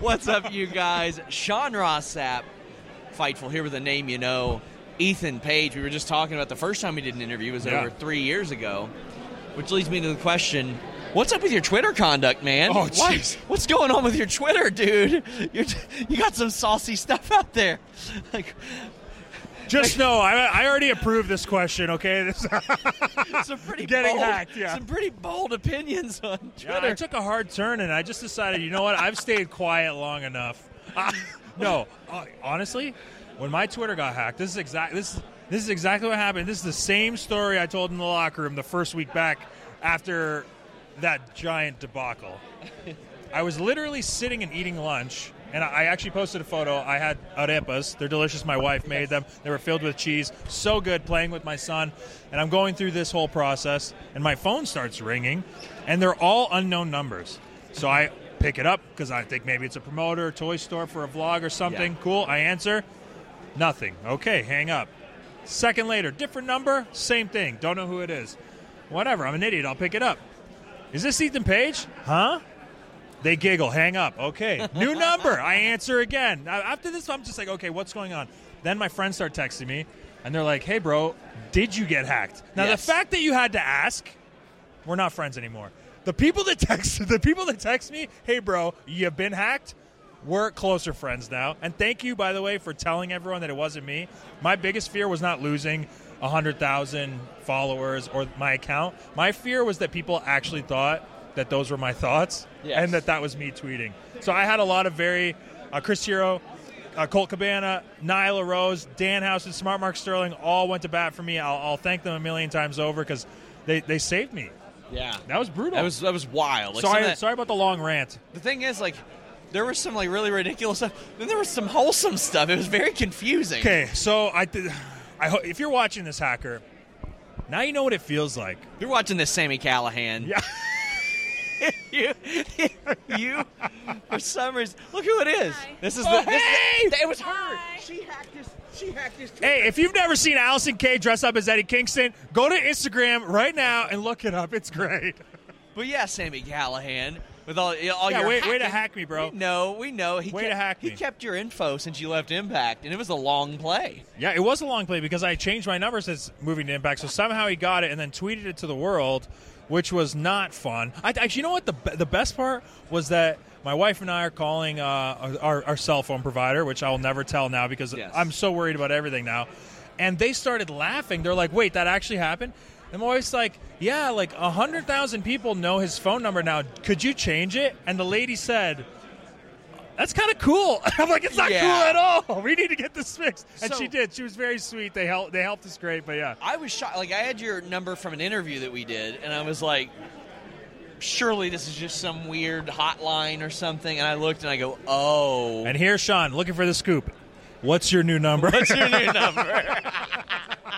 What's up, you guys? Sean Rossap, Fightful here with a name you know. Ethan Page, we were just talking about the first time we did an interview was Yeah. over three years ago, which leads me to the question. What's up with your Twitter conduct, man? Oh, What- jeez. What's going on with your Twitter, dude? You're, you got some saucy stuff out there. Like, Just know, I, I already approved this question. Okay, this, some pretty Getting bold, hacked, yeah. some pretty bold opinions on Yeah, Twitter. I took a hard turn, and I just decided, you know what? I've stayed quiet long enough. Ah, no, uh, honestly, when my Twitter got hacked, this is exactly this. This is exactly what happened. This is the same story I told in the locker room the first week back after that giant debacle. I was literally sitting and eating lunch, and I I actually posted a photo. I had arepas. They're delicious. My wife made them. They were filled with cheese. So good playing with my son. And I'm going through this whole process, and my phone starts ringing, and they're all unknown numbers. So I pick it up because I think maybe it's a promoter, a toy store for a vlog or something. Cool. I answer. Nothing. Okay, hang up. Second later, different number, same thing. Don't know who it is. Whatever, I'm an idiot. I'll pick it up. Is this Ethan Page? Huh? They giggle, hang up. Okay, new number. I answer again. Now, After this, I'm just like, okay, what's going on? Then my friends start texting me, and they're like, hey, bro, did you get hacked? Now, Yes. the fact that you had to ask, we're not friends anymore. The people that text, the people that text me, hey, bro, you've been hacked. We're closer friends now. And thank you, by the way, for telling everyone that it wasn't me. My biggest fear was not losing 100,000 followers or my account. My fear was that people actually thought that those were my thoughts Yes. and that that was me tweeting. So I had a lot of very uh, Chris Hero, uh, Colt Cabana, Nyla Rose, Dan House, and Smart Mark Sterling all went to bat for me. I'll, I'll thank them a million times over because they, they saved me. yeah, That was brutal. that was that was wild. Like, some sorry, of that- sorry about the long rant. The thing is, like, there was some like really ridiculous stuff. Then there was some wholesome stuff. It was very confusing. Okay, so I, th- I ho- if you're watching this hacker, now you know what it feels like. You're watching this Sammy Callahan. Yeah. you, you, for some reason, look who it is. This is Oh, the. This, hey! th- it was her. She hacked his. She hacked his. Twitter. Hey, if you've never seen Allison K dress up as Eddie Kingston, go to Instagram right now and look it up. It's great. But yeah, Sammy Callahan. With all, all Yeah, your way- way to hacking. hack me, bro. We know, we know. He Way kept, to hack He me. kept your info since you left Impact, and it was a long play. Yeah, it was a long play because I changed my number since moving to Impact. So somehow he got it and then tweeted it to the world, which was not fun. I, actually, you know what? The be- the best part was that my wife and I are calling uh, our, our cell phone provider, which I will never tell now because Yes. I'm so worried about everything now. And they started laughing. They're like, "Wait, that actually happened." And my wife's like, "Yeah, like hundred thousand people know his phone number now. Could you change it?" And the lady said. That's kind of cool. I'm like, it's not Yeah. cool at all. Oh, We need to get this fixed. And So- she did. She was very sweet. They helped. They helped us great. But yeah, I was shocked. Like I had your number from an interview that we did, and I was like, surely this is just some weird hotline or something. And I looked and I go, oh, and here's Sean looking for the scoop. What's your new number, it's your new number.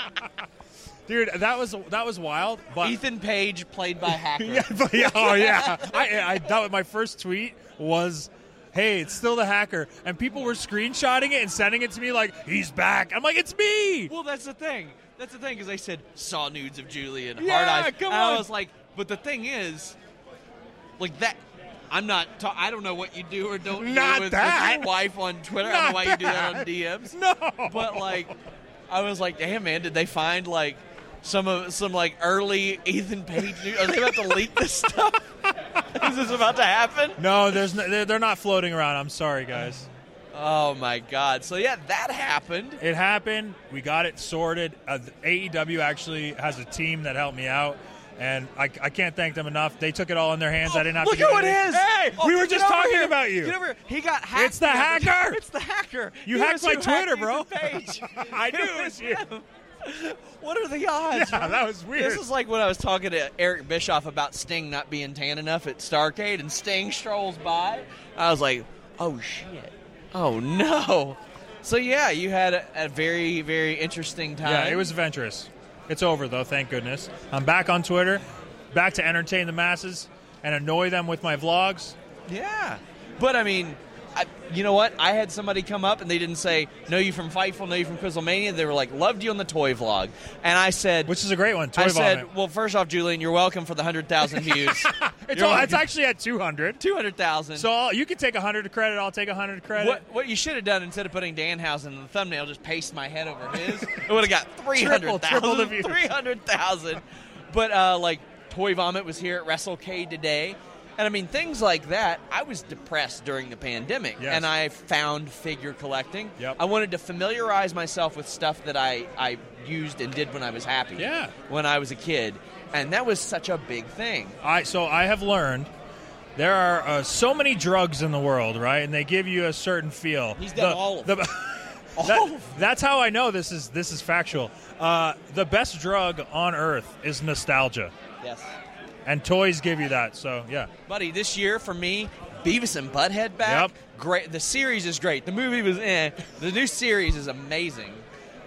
dude? That was that was wild. But Ethan Page, played by Hacker. yeah, but yeah, oh yeah. I, I that was, my first tweet was hey, it's still the hacker. And people were screenshotting it and sending it to me like, he's back. I'm like, it's me. Well, that's the thing. That's the thing because I said saw nudes of Julian hard Yeah, eyes. come and on. I was like, but the thing is, like that. I'm not. Ta- I don't know what you do or don't Not do with, that. with your wife on Twitter. I don't know why you do that on DMs. No. But like, I was like, damn man, did they find like some of some like early Ethan Page? Nude? Are they about to leak this stuff? is this about to happen? No, there's no, they're- they're not floating around. I'm sorry, guys. Oh my god! So yeah, that happened. It happened. We got it sorted. Uh, the AEW actually has a team that helped me out, and I, I can't thank them enough. They took it all in their hands. I didn't have Look to do who it anything. is! Hey, Oh, we were get just over talking here. about you. Get over here. He got hacked. It's the hacker. It's the hacker. You He hacked was my who Twitter, bro. Ethan Page. I knew it was you. him. What are the odds? Yeah, man? that was weird. This is like when I was talking to Eric Bischoff about Sting not being tan enough at Starcade, and Sting strolls by. I was like, "Oh shit! Oh no!" So yeah, you had a, a very, very interesting time. Yeah, it was adventurous. It's over though, thank goodness. I'm back on Twitter, back to entertain the masses and annoy them with my vlogs. Yeah, but I mean, I, you know what? I had somebody come up and they didn't say know you from Fightful, know you from Quizlemania. They were like, loved you on the toy vlog, and I said, Which is a great one. Toy I vomit. said, well, first off, Julian, you're welcome for the hundred thousand views. it's, You're all, welcome. it's actually at 200. two hundred thousand. So I'll- you can take 100 credit. I'll take 100 credit. what what you should have done instead of putting Danhausen in the thumbnail, just paste my head over his. it would have got three Triple, hundred triple the thousand. views. Three hundred thousand. But uh, like Toy Vomit was here at WrestleCade today. And I mean things like that. I was depressed during the pandemic, Yes. and I found figure collecting. Yep. I wanted to familiarize myself with stuff that I, I used and did when I was happy. Yeah. When I was a kid, and that was such a big thing. I so I have learned there are uh, so many drugs in the world, right? And they give you a certain feel. He's done all of them. All of them. That's how I know this is this is factual. Uh, the best drug on earth is nostalgia, Yes. and toys give you that. So yeah, Buddy, this year for me, Beavis and Butthead back. Yep. Great. The series is great. The movie was eh. The new series is amazing.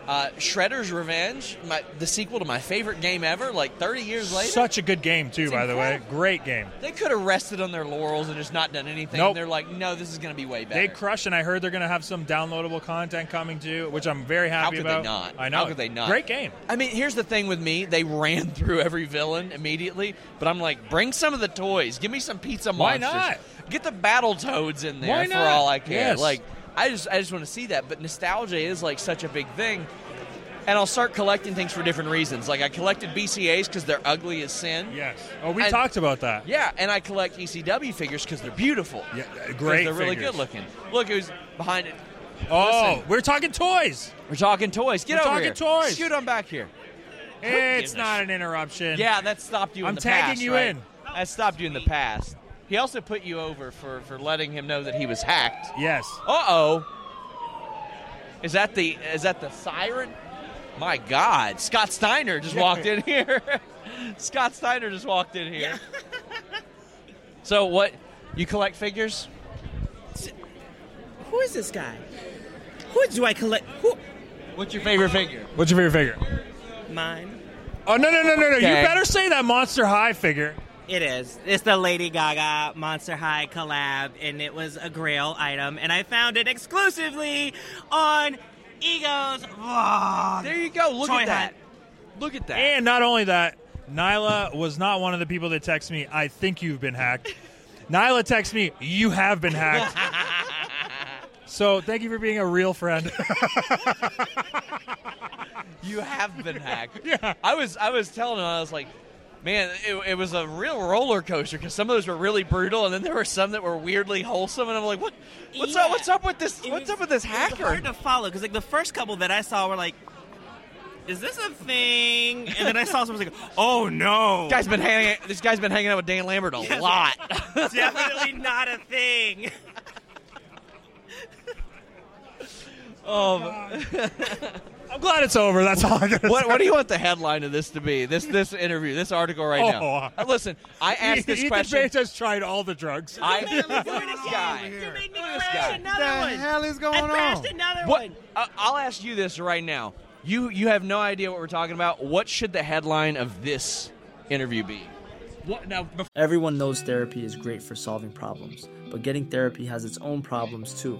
Uh, Shredder's Revenge, my, the sequel to my favorite game ever, like 30 years later. such a good game too. It's by the way, incredible. great game. they could have rested on their laurels and just not done anything. Nope. And they're like, no, this is going to be way better. They crush, and I heard they're going to have some downloadable content coming too, which I'm very How happy could about. they not? I know. How could they not? Great game. I mean, here's the thing with me: they ran through every villain immediately. But I'm like, bring some of the toys. Give me some pizza Why monsters. not? Get the battle toads in there Why for not? all I care. Yes. Like, I just I just want to see that. But nostalgia is like such a big thing. And I'll start collecting things for different reasons. Like I collected BCAs because they're ugly as sin. Yes. Oh, we And- talked about that. Yeah, and I collect ECW figures because they're beautiful. Yeah, uh, 'Cause great They're really figures. good looking. Look who's behind it. Oh, Listen. we're talking toys. We're talking toys. Get We're over talking here. toys. Scoot on back here. It's goodness. not an interruption. Yeah, that stopped you. I'm in the tagging past, you right? in. That stopped you in the past. He also put you over for for letting him know that he was hacked. Yes. Uh oh. Is that the is that the siren? My God, Scott Steiner just walked in here. Scott Steiner just walked in here. so what? You collect figures? Who is this guy? Who do I collect? Who? What's your favorite figure? What's your favorite figure? Mine. Oh no no no no no! Okay. You better say that Monster High figure. It is. It's the Lady Gaga Monster High collab, and it was a grail item, and I found it exclusively on Ego's vlog. There you go. Look Toy at that. hunt. Look at that. And not only that, Nyla was not one of the people that texted me. I think you've been hacked. Nyla texted me. You have been hacked. so thank you for being a real friend. You have been hacked. yeah. I was I was telling him I was like, man, it, it was a real roller coaster because some of those were really brutal, and then there were some that were weirdly wholesome, and I'm like, what? What's up? Yeah. What's up with this? It What's was- up with this It's hard hacker? to follow because like the first couple that I saw were like, "Is this a thing?" And then I saw someone like, "Oh no, Guy's been hanging. This guy's been hanging out with Dan Lambert a lot. definitely not a thing." I'm glad it's over. That's all I got. what, what do you want the headline of this to be? This this interview, this article right now. Oh. Listen, I asked this Ethan question. Page has tried all the drugs. I Man, I'm look doing at it this again. guy. You made me Look at this crash guy. another one. hell is going I on? crashed another What? one. I- I'll ask you this right now. You you have no idea what we're talking about. What should the headline of this interview be? What now? bef- Everyone knows therapy is great for solving problems, but getting therapy has its own problems too,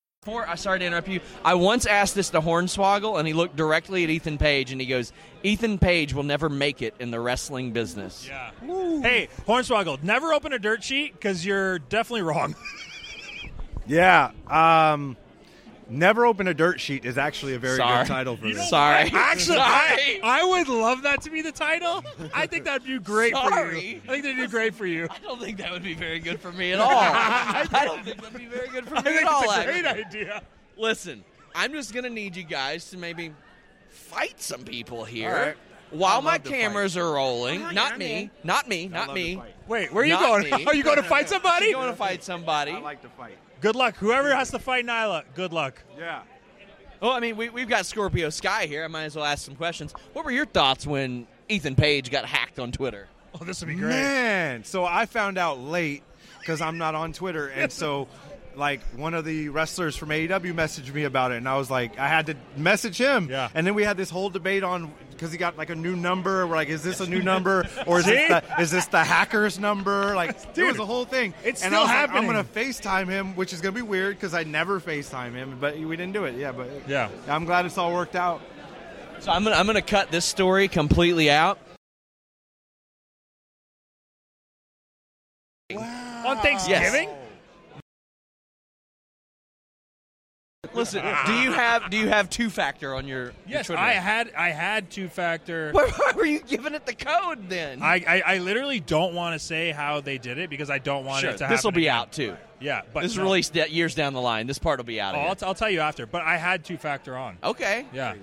Before, I sorry to interrupt you. I once asked this to Hornswoggle, and he looked directly at Ethan Page, and he goes, "Ethan Page will never make it in the wrestling business." Yeah. Hey, Hornswoggle, never open a dirt sheet because you're definitely wrong. Yeah. Um, Never Open a Dirt Sheet is actually a very Sorry. good title for You this. know- Sorry. Actually, I, Sorry. I would love that to be the title. I think that'd do great for you. Sorry. I think that'd do great for you. I don't think that would be very good for me at all. I don't think that'd be very good for me I think at all. it's a actually. great idea. Listen, I'm just gonna need you guys to maybe fight some people here All right. while I'd my love to fight. cameras are rolling. Oh, not, yeah, me, man. not me, I not love to me, fight. Wait, where are you Not going? me. Are you going to fight somebody? You want to fight somebody? I like to fight. Good luck. Whoever has to fight Nyla, good luck. Yeah. well, I mean, we, we've got Scorpio Sky here. I might as well ask some questions. What were your thoughts when Ethan Page got hacked on Twitter? Oh, this would be great. Man, so I found out late because I'm not on Twitter, and so like one of the wrestlers from AEW messaged me about it, and I was like, I had to message him. Yeah. And then we had this whole debate on because he got like a new number. We're like, is this a new number or is See? this the, is this the hacker's number? Like, Dude, it was a whole thing. it's and still I was like, happening. I'm gonna FaceTime him, which is gonna be weird because I never FaceTime him, but we didn't do it. Yeah, but Yeah. I'm glad it's all worked out. So I'm gonna I'm gonna cut this story completely out. On Thanksgiving? Listen, do you have do you have two factor on your your Yes, Twitter? I had I had two factor. Why, why were you giving it the code then? I, I, I literally don't want to say how they did it because I don't want sure, it to happen. this will be again. out too. Yeah, but this is no. released de- years down the line. This part will be out. Oh, Of I'll, here. t- I'll tell you after. But I had two factor on. Oh, okay. Yeah.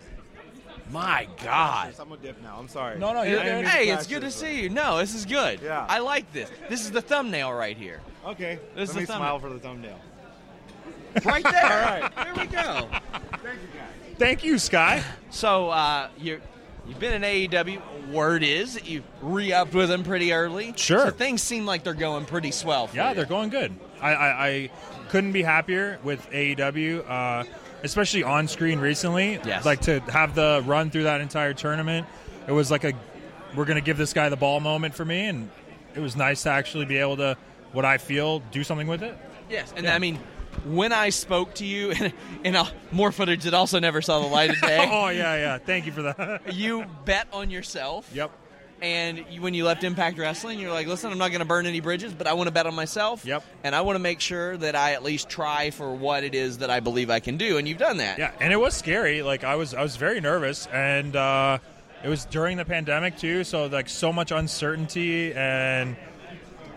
My God. I'm gonna dip now. I'm sorry. No, no, you're I didn't good. mean to Hey, flash it's good to this, but- see you. No, this is good. Yeah. I like this. This is the thumbnail right here. Okay. This is Let me the smile for the thumbnail. Right there. All right. There we go. Thank you, Sky. So uh, you you've been in AEW. Word is that you re-upped with them pretty early. Sure. So things seem like they're going pretty swell. For Yeah, you. they're going good. I, I, I couldn't be happier with AEW, uh, especially on screen recently. Yes. Like to have the run through that entire tournament, it was like a we're going to give this guy the ball moment for me, and it was nice to actually be able to what I feel do something with it. Yes, and Yeah. I mean, when I spoke to you, and, and uh, more footage that also never saw the light of day, Oh yeah, yeah. Thank you for that. you bet on yourself. yep. And you, when you left Impact Wrestling, you're like, listen, I'm not going to burn any bridges, but I want to bet on myself. Yep. And I want to make sure that I at least try for what it is that I believe I can do. And you've done that. Yeah, and it was scary. Like I was, I was very nervous, and uh, it was during the pandemic too. So like so much uncertainty, and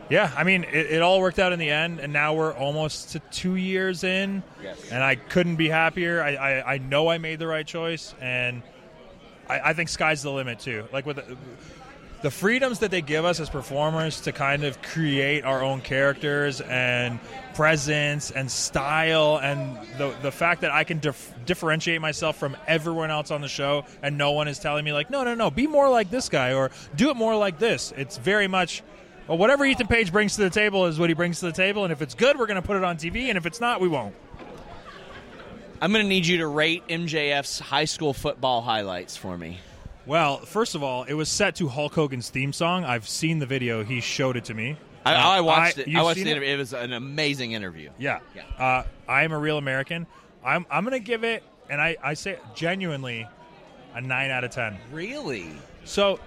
yeah, I mean it, it all worked out in the end. And now we're almost to two years in, and I couldn't be happier. I, I, I know I made the right choice, and I, I think sky's the limit too. Like with. The, the freedoms that they give us as performers to kind of create our own characters and presence and style and the, the fact that I can dif- differentiate myself from everyone else on the show and no one is telling me like no no no be more like this guy or do it more like this it's very much well, whatever Ethan Page brings to the table is what he brings to the table and if it's good we're going to put it on TV and if it's not we won't I'm going to need you to rate MJF's high school football highlights for me. well first of all it was set to Hulk Hogan's theme song I've seen the video he showed it to me Uh, I, I watched it. you've I watched seen the interview. It was an amazing interview. Yeah. Yeah. Uh, I'm a real American. I'm, I'm going to give it, and I, I say it genuinely, a 9 out of 10. Really? So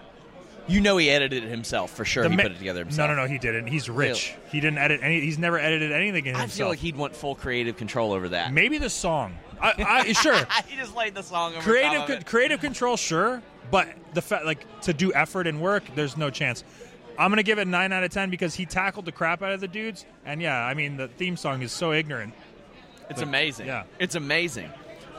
You know he edited it himself for sure. The he ma- put it together himself. No, no, no, he didn't. He's rich. He didn't edit any. He's never edited anything in I feel himself. like he'd want full creative control over that. Maybe the song. I, I sure. he just laid the song over creative top of con- it. creative control, sure, but the fact like to do effort and work, there's no chance. I'm gonna give it nine out of ten because he tackled the crap out of the dudes, and yeah, I mean the theme song is so ignorant. It's amazing. yeah. It's amazing.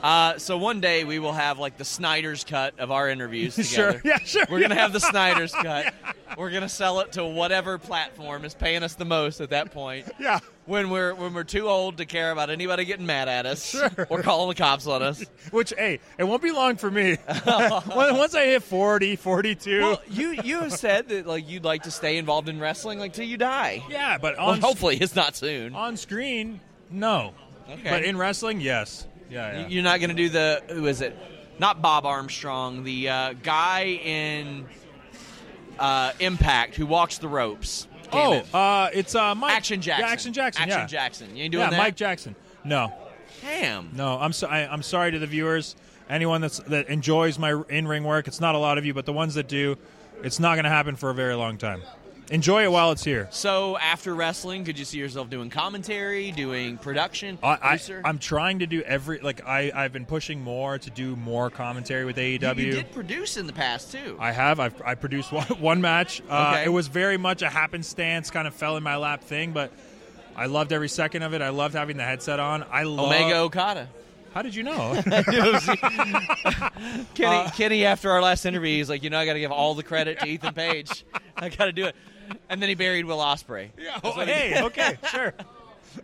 Uh, so one day we will have like the Snyder's cut of our interviews Sure. together. Yeah, sure. We're gonna have the Snyder's cut. We're gonna sell it to whatever platform is paying us the most at that point. Yeah. When we're when we're too old to care about anybody getting mad at us or calling the cops on us. Which hey, it won't be long for me. When- Once I hit 40, 42. Well, you you have said that like you'd like to stay involved in wrestling like till you die. yeah, but Well, on hopefully it's not soon. on screen, no. Okay. But in wrestling, yes. Yeah, yeah. You're not going to do the who is it? Not Bob Armstrong, the uh, guy in uh, Impact who walks the ropes. Damn oh, it. uh, it's uh, Mike Action Jackson. Yeah, Action Jackson. Action yeah. Jackson. You ain't doing yeah, that? Mike Jackson. No, Damn. no. I'm so, I, I'm sorry to the viewers. Anyone that's that enjoys my in-ring work, it's not a lot of you, but the ones that do, it's not going to happen for a very long time. Enjoy it while it's here. So after wrestling, could you see yourself doing commentary, doing production? I, producer? I, I'm trying to do every like I I've been pushing more to do more commentary with You- AEW. You, did produce in the past too. I have. I've, I produced one, one match. Uh, Okay. It was very much a happenstance, kind of fell in my lap thing, but I loved every second of it. I loved having the headset on. I love. Omega Okada. How did you know? Kenny, uh, Kenny, after our last interview, he's like, you know, I got to give all the credit to Ethan Page. I got to do it. And then he buried Will Osprey. hey, okay, sure.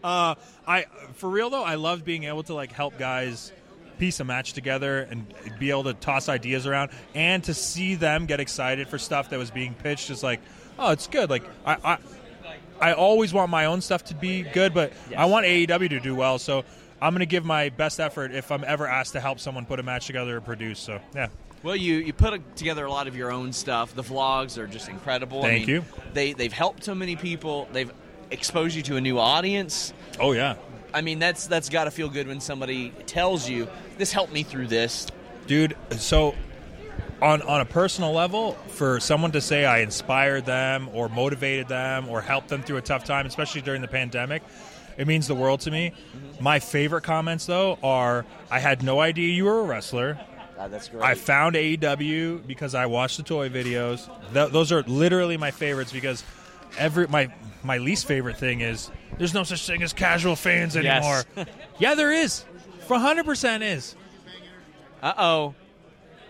Uh, I for real though, I love being able to like help guys piece a match together and be able to toss ideas around and to see them get excited for stuff that was being pitched. Is like, oh, it's good. Like I, I, I always want my own stuff to be good, but I want AEW to do well. So I'm gonna give my best effort if I'm ever asked to help someone put a match together or produce. So yeah, Well, you you put a- together a lot of your own stuff. The vlogs are just incredible. Thank you. They they've helped so many people. They've exposed you to a new audience. oh yeah, I mean, that's that's got to feel good when somebody tells you this helped me through this. dude so on on a personal level for someone to say i inspired them or motivated them or helped them through a tough time especially during the pandemic it means the world to me Mm-hmm. my favorite comments though are i had no idea you were a wrestler Ah, that's great. I found AEW because I watched the toy videos. Th- those are literally my favorites because every my my least favorite thing is there's no such thing as casual fans anymore. Yes. yeah, there is. For 100% is. uh oh.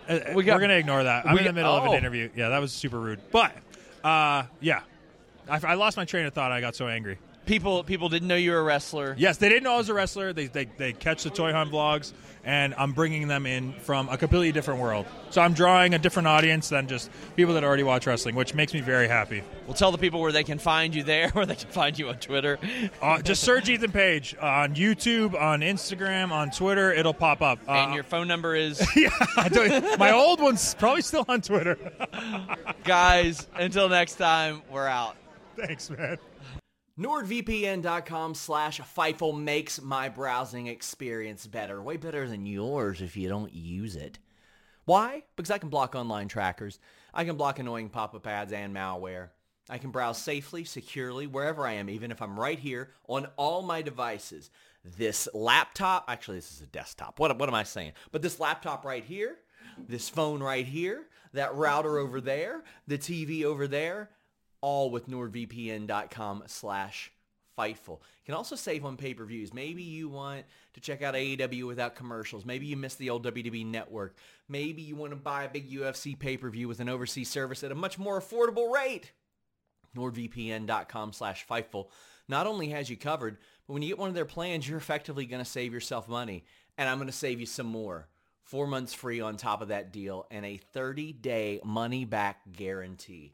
Uh, We we got- are gonna ignore that. I'm we in the got- middle of oh. an interview. Yeah, that was super rude. But uh, yeah, I, I lost my train of thought. I got so angry. People people didn't know you were a wrestler. Yes, they didn't know I was a wrestler. They they, they catch the toy hunt vlogs, and I'm bringing them in from a completely different world. So I'm drawing a different audience than just people that already watch wrestling, which makes me very happy. Well, tell the people where they can find you there, where they can find you on Twitter. Uh, just search Ethan Page on YouTube, on Instagram, on Twitter. It'll pop up. Uh, and your phone number is yeah, I don't- my old one's probably still on Twitter. guys. Until next time, we're out. Thanks, man. NordVPN.com slash FIFO makes my browsing experience better. Way better than yours if you don't use it. Why? Because I can block online trackers. I can block annoying pop-up ads and malware. I can browse safely, securely, wherever I am, even if I'm right here on all my devices. This laptop, actually this is a desktop. What, what am I saying? But this laptop right here, this phone right here, that router over there, the TV over there, all with nordvpn.com slash Fightful. You can also save on pay-per-views. Maybe you want to check out AEW without commercials. Maybe you missed the old WWE network. Maybe you want to buy a big UFC pay-per-view with an overseas service at a much more affordable rate. NordVPN.com slash Fightful not only has you covered, but when you get one of their plans, you're effectively going to save yourself money. And I'm going to save you some more. Four months free on top of that deal and a 30-day money-back guarantee.